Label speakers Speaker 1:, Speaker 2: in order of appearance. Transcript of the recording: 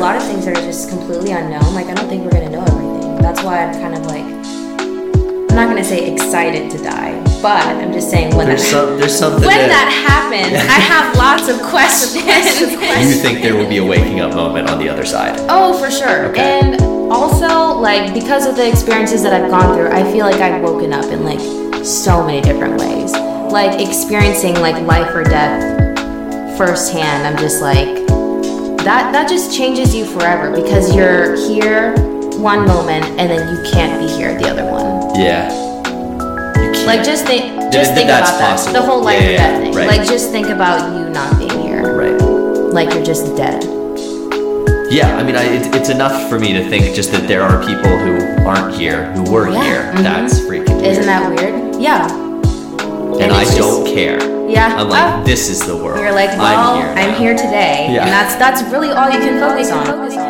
Speaker 1: lot of things that are just completely unknown. Like I don't think we're gonna know everything. That's why I'm kind of like I'm not gonna say excited to die, but I'm just saying when
Speaker 2: There's
Speaker 1: that
Speaker 2: some, there's something
Speaker 1: when
Speaker 2: that,
Speaker 1: that happens, I have lots of
Speaker 2: you
Speaker 1: questions.
Speaker 2: think there will be a waking up moment on the other side.
Speaker 1: oh, for sure.
Speaker 2: Okay.
Speaker 1: And also like because of the experiences that I've gone through, I feel like I've woken up in like so many different ways. Like experiencing like life or death firsthand, I'm just like that that just changes you forever because you're here one moment and then you can't be here the other one.
Speaker 2: Yeah. You can't.
Speaker 1: Like just think just
Speaker 2: that
Speaker 1: think
Speaker 2: that's
Speaker 1: about that.
Speaker 2: possible.
Speaker 1: The whole life
Speaker 2: Yeah,
Speaker 1: or
Speaker 2: yeah,
Speaker 1: death thing.
Speaker 2: right.
Speaker 1: Like just think about you not being here.
Speaker 2: right.
Speaker 1: Like you're just dead.
Speaker 2: Yeah, I mean, I, it, it's enough for me to think just that there are people who aren't here, who were
Speaker 1: Yeah,
Speaker 2: here.
Speaker 1: mhm.
Speaker 2: That's freaking weird.
Speaker 1: Isn't that weird? Yeah.
Speaker 2: and
Speaker 1: and
Speaker 2: I
Speaker 1: it's just-
Speaker 2: don't care.
Speaker 1: Yeah.
Speaker 2: I'm like,
Speaker 1: Oh.
Speaker 2: this is the world.
Speaker 1: You're like, well,
Speaker 2: I'm here. now.
Speaker 1: today.
Speaker 2: Yeah.
Speaker 1: And that's that's really all you can focus on.